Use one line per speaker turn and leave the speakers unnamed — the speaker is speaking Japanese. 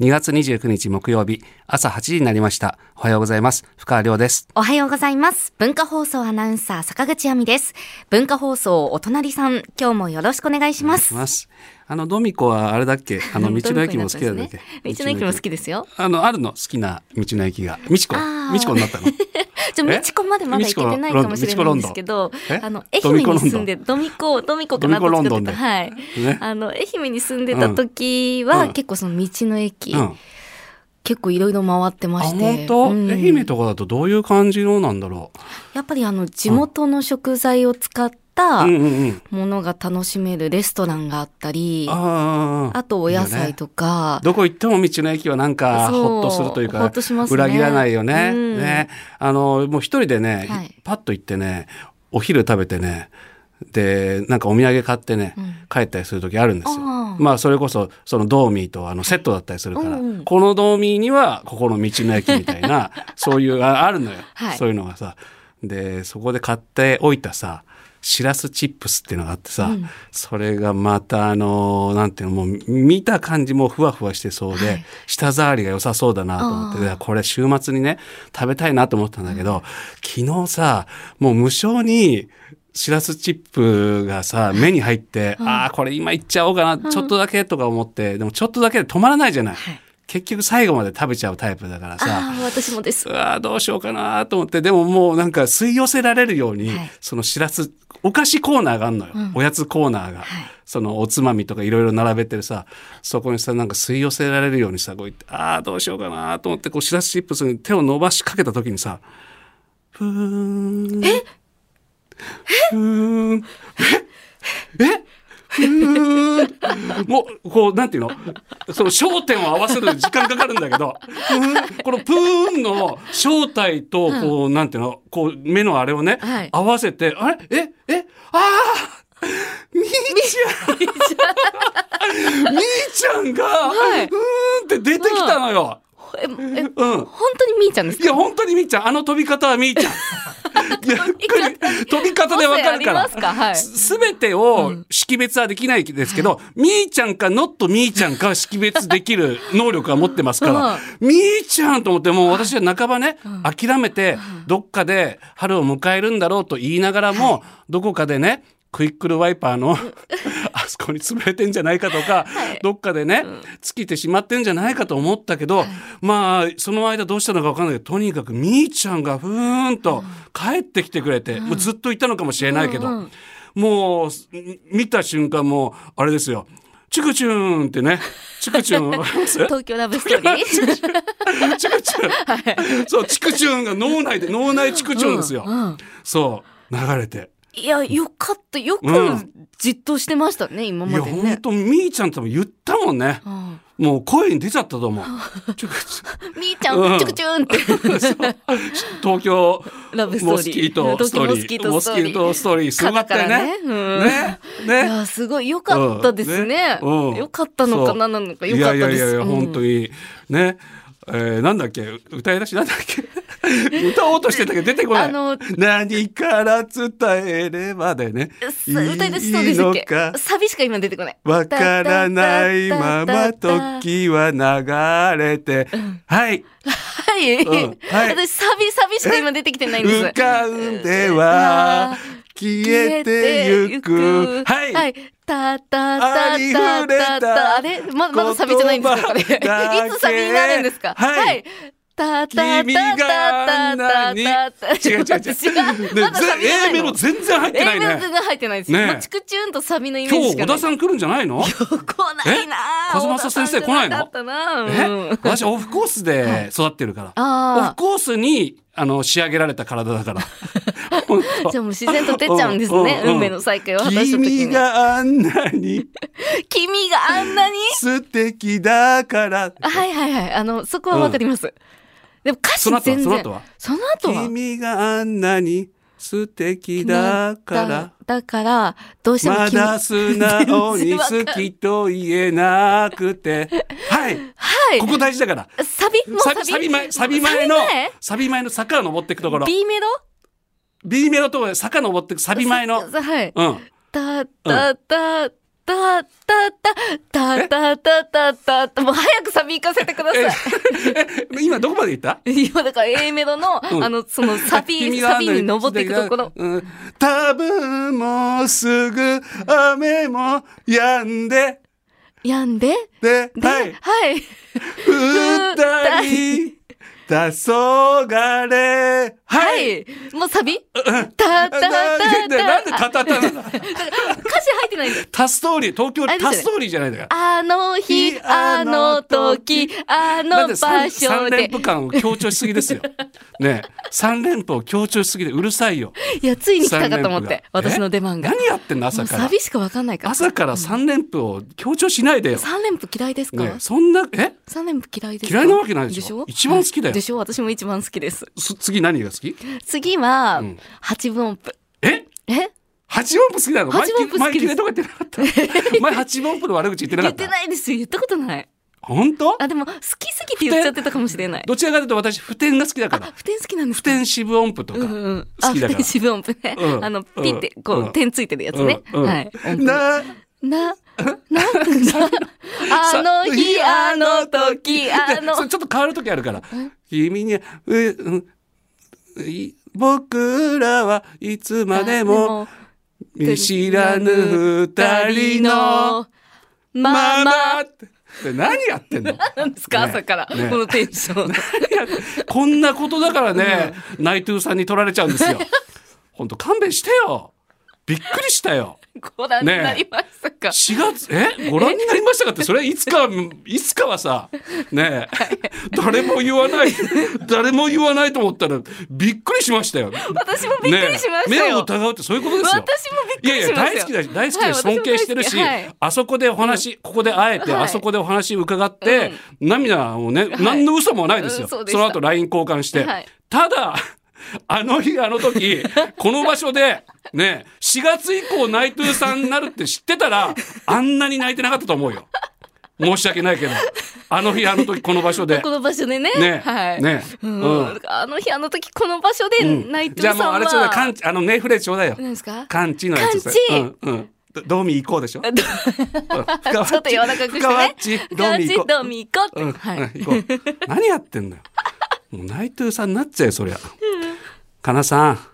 2月29日木曜日朝8時になりましたおはようございます深川亮です
おはようございます。文化放送アナウンサー坂口亜美です。文化放送お隣さん、今日もよろしくお願いします。
ますあのドミコはあれだっけ あの道の駅も好きだっけ、
道の駅も好きですよ。
あのあるの好きな道の駅が美智子
あー
美智子になったの
ちょ、
え
みちこまでまだ行けてないかもしれないんですけど
みちこロンドンえ、
あの、愛媛に住んで、ドミコ、ドミコかなと
ドミコ
作
ロ
っ
ン
て
ドンで
た。はい。
ね
あの、愛媛に住んでた時
う
は、
ん
結構その道の駅、
うん
結構いろいろ回ってま
あ
して。
本当、
うん
愛媛とかだとどういう感じのなんだろ
やっぱりあの、地元の食材を使った
ううんうんうん
ものが楽しめるレストランがあったり、
あー
あとお野菜とか、
どこ行っても道の駅はなんか
そう
ほっとするというか
ほっとしますね
裏切らないよね。
うん
ねあのもう一人でね、
はい
パッと行ってねお昼食べてねでなんかお土産買ってね、
うん
帰ったりする時あるんですよ。
あー
まあそれこそそのドーミーとあのセットだったりするから、
うんうん
このドーミーにはここの道の駅みたいな そういうああるのよ、
はい
そういうのがさ。でそこで買っておいたさしらすチップスっていうのがあってさ、
うん
それがまたあのなんていうのもう見た感じもふわふわしてそうで、
はい
舌触りが良さそうだなと思っ
あ
て
ー
でこれ週末にね食べたいなと思ったんだけど、昨日さもう無性にしらすチップがさ目に入って、
うん
ああこれ今いっちゃおうかな、ちょっとだけとか思ってでもちょっとだけで止まらないじゃない、
はい
結局最後まで食べちゃうタイプだからさ
ああ、私もです
う。わーどうしようかなと思ってでももうなんか吸い寄せられるように、
はい
そのしらすお菓子コーナーがあんのよ、
うん
おやつコーナーが、
はい
そのおつまみとかいろいろ並べてるさそこにさなんか吸い寄せられるようにさこう言ってああどうしようかなと思ってこうしらすチップスに手を伸ばしかけた時にさふーんえふーんええふーんもうこうなんていうのその焦点を合わせるのに時間かかるんだけどふーんこのプーンの正体とこうなんていうのこう目のあれをね、
はい
合わせてあれええああみーちゃんみーちゃんが、
はいう
ーんって出てきたのよ。
え、え、本
うん
当にみーちゃんです
いや
か
本当にみーちゃんあの飛び方はみーちゃ ん。 ゆっくり飛び方でわかるから。
個性ありますか
すすべてを識別はできないですけど、みーちゃんかノットみーちゃんか識別できる能力は持ってますから、みーちゃんと思ってもう私は半ばね、諦めてどっかで春を迎えるんだろうと言いながらも、どこかでね、クイックルワイパーの あそこに潰れてんじゃないかとか、どっかでね、尽きてしまってんじゃないかと思ったけど、まあその間どうしたのか分かんないけどとにかくみーちゃんがふーんと帰ってきてくれて、もうずっといたのかもしれないけど、
うんうん
もうみ見た瞬間もうあれですよチュクチューンってねチュクチューンわかります
はい。東京ラブストーリー。
チュクチューンそうチュクチューンが脳内で脳内チュクチューンですよ、
うんうん
そう流れて
いや、よかった。よく
うん
じっとしてましたね、今
いや
まで
ほ
ね
ん。とみーちゃんとも言ったもんね
うん
もう声に出ちゃったと思うチュクチューン
みーちゃ
うん
ん、チュクチュンって。
東京
ラブス
モ
ト
ス
ー
キ
リー
ートストーリー
モ
モ
ス
スキ
キー
ー
ト
ト
ス
ストーリーすごかったよ
肩から
ね
ねうん
ね
い
ね
や、すごい、よかったですね。
うんうん
よかったのかな、なのか、よ
いや
かったです。
いやいやいや、
うん
本当にね、えー、なんだっけ歌い出しなんだっけ 歌おうとしてたけど出てこない。
あの
何から伝えればでね。
す歌い出しそうでした
いいの
っけ
か
サビしか今出てこない。
わからないまま時は流れて、はい、
はい、
うんはい
私サビサビしか今出てきてないんです。
浮かんでは消えてゆく。はい。
はい。たたたたたた。あれままだサビじゃないんですかこれ。い
言葉だけ
つサビになるんですか
はい
たたた
君が
たたた
何
たた。
違う違う違う。
違う。まだサビじゃな
A
い
メ
の
ロ。全然入ってな
A
い
メロ
ね
全。然入ってないです。
ねえ
まあチクチューンとサビのイメ
今
ージし
日
か
小
ない。
田さん来るんじゃないの？
来ないな
え風間先生来ないの
小田さんじゃかったな
え
うん
私オフコースで育ってるから。オ
あ
フコースにあの仕上げられた体 だから。本
あ。じゃあもう自然と出ちゃうんですね。
うんうんうん
運命の再会を
当
果たした時に。
君があんなに
君があんなに
素敵だ から。
あはいはいはい。あの、そこはわかります。でも歌詞
その後は
全然。
その後は
その後は
君があんなに素敵だから。
だ。だから、どうしても
ま
君。
だ素直に
全然わか
好
んない
きと言えなく て。はい。
はい。
ここ大事だから。
サビもう
サ
サ
ビ
ビ
サビ前、サビ前の
サビ前、
サビ前の坂を登っていくところ。
B メロ
B メロとか坂登っていくサビ前の。
さはい。
うん。
た、た、た、たたたたたたたたたもう早くサビ行かせてください。
え今どこまで行っ た
今だから A メロの、
ん
あの、そのサ ビ、サビに登っていくところ。
うん多分もうすぐ雨も止んで、
やんで
で、
で、
は
はいい。。
二人、黄昏、
は
はい。
い。もうサビたたた
なな
た
なんで
た。
タタタなんだ
歌詞入ってない んだ。
タストーリー、東京
あれですよ
タ
ね
ストーリーじゃないんだから。
あの日、あの時、あ
な
の
んで
場
3,
所
連
で。
符感を強調しすぎですよ。ね3連符を強調しすぎでうるさいよ。
いや、ついに来たかと思っ
三連
て
符、が
私の出番が。も
何やってんの朝
う
か
サ
ら。
ビしかわかんないから。
朝から3連符を強調しないでよ。
三連符嫌いですか
ね、そんな、え
三連符嫌いですか
嫌いなわけないでしょ一番好きだよ
でしょ私も一番好きです。
そ次何が好き
次は、
ん
八分音符。
え
え
八音符好きなの
八音符好
前
き
切れ
です
とか言ってなか った。前八音符の悪口言ってなか
言
っ。
ったてないですよ。言ったことない。
本当
あ、でも、好きすぎて言っちゃってたかもしれない。
どちらかというと私、普天が好きだか
あ
ら。、
普天好きなんです
普天四分音符とか。
うんうん。
好
あ、
きだ
普
から
天四分音符ね
う。ん
あの、ピって、こ
うん
う、点ついてるやつね。
うんうん
はい。音符
な、
な、な、 あの日、あの時、あの
それ。ちょっと変わる時あるから。君に、う、うん、い僕らはいつまでも見知らぬ二人の
ま
まま
ま
って。で何やってん の
なんですか
ね
朝から、
ね
このテンション。
こんなことだからね、ナイトゥーさんに取られちゃうんですよ。本当勘弁してよ。びっくりしたよ。
ご覧になりましたか、
4月、えご覧になりましたかって、それいつか、いつかはさ、ねえ、誰も言わない、誰も言わないと思ったら、びっくりしましたよ。
私 もびっくりしましたよ。
ねえ目を疑うってそういうことです
私
よ
も。びっく
いやい
りし
や、
ましたよ。
大好きだし、大好きだし、
はい
尊敬してるし、
私も大好き
あそこでお話、ここで会えて、
はい
あそこでお話伺って、涙をね、何の嘘もないですよ。
うんそう
そ
でした
の後 LINE 交換して。
はい
ただ、 あの日、あの 時、この場所で、ね、4月以降、ナイトゥーさんになるって知ってたら、あんなに泣いてなかったと思うよ。申し訳ないけど、あの日、あの時、この場所で
こ。の場所でね。
ね
はい。
ね
うん
うん
あの日あの時この場所で泣いて
じ
る
ゃ
さ
あもうあ
んは。
れちょうだい、かんあの、名フレーズちょうだいよ。
なんですか。
カンチのやつです
カ
ね。うんうん。どドーミー行こうでしょ。
ど
ょ
ちょっと柔らかくしてね。
ドーミー行こ
ドミコって。
う。うん、
はい。
行 こう。何やってんのよ。もう内藤さんになっちゃえ、そりゃ。かなさん。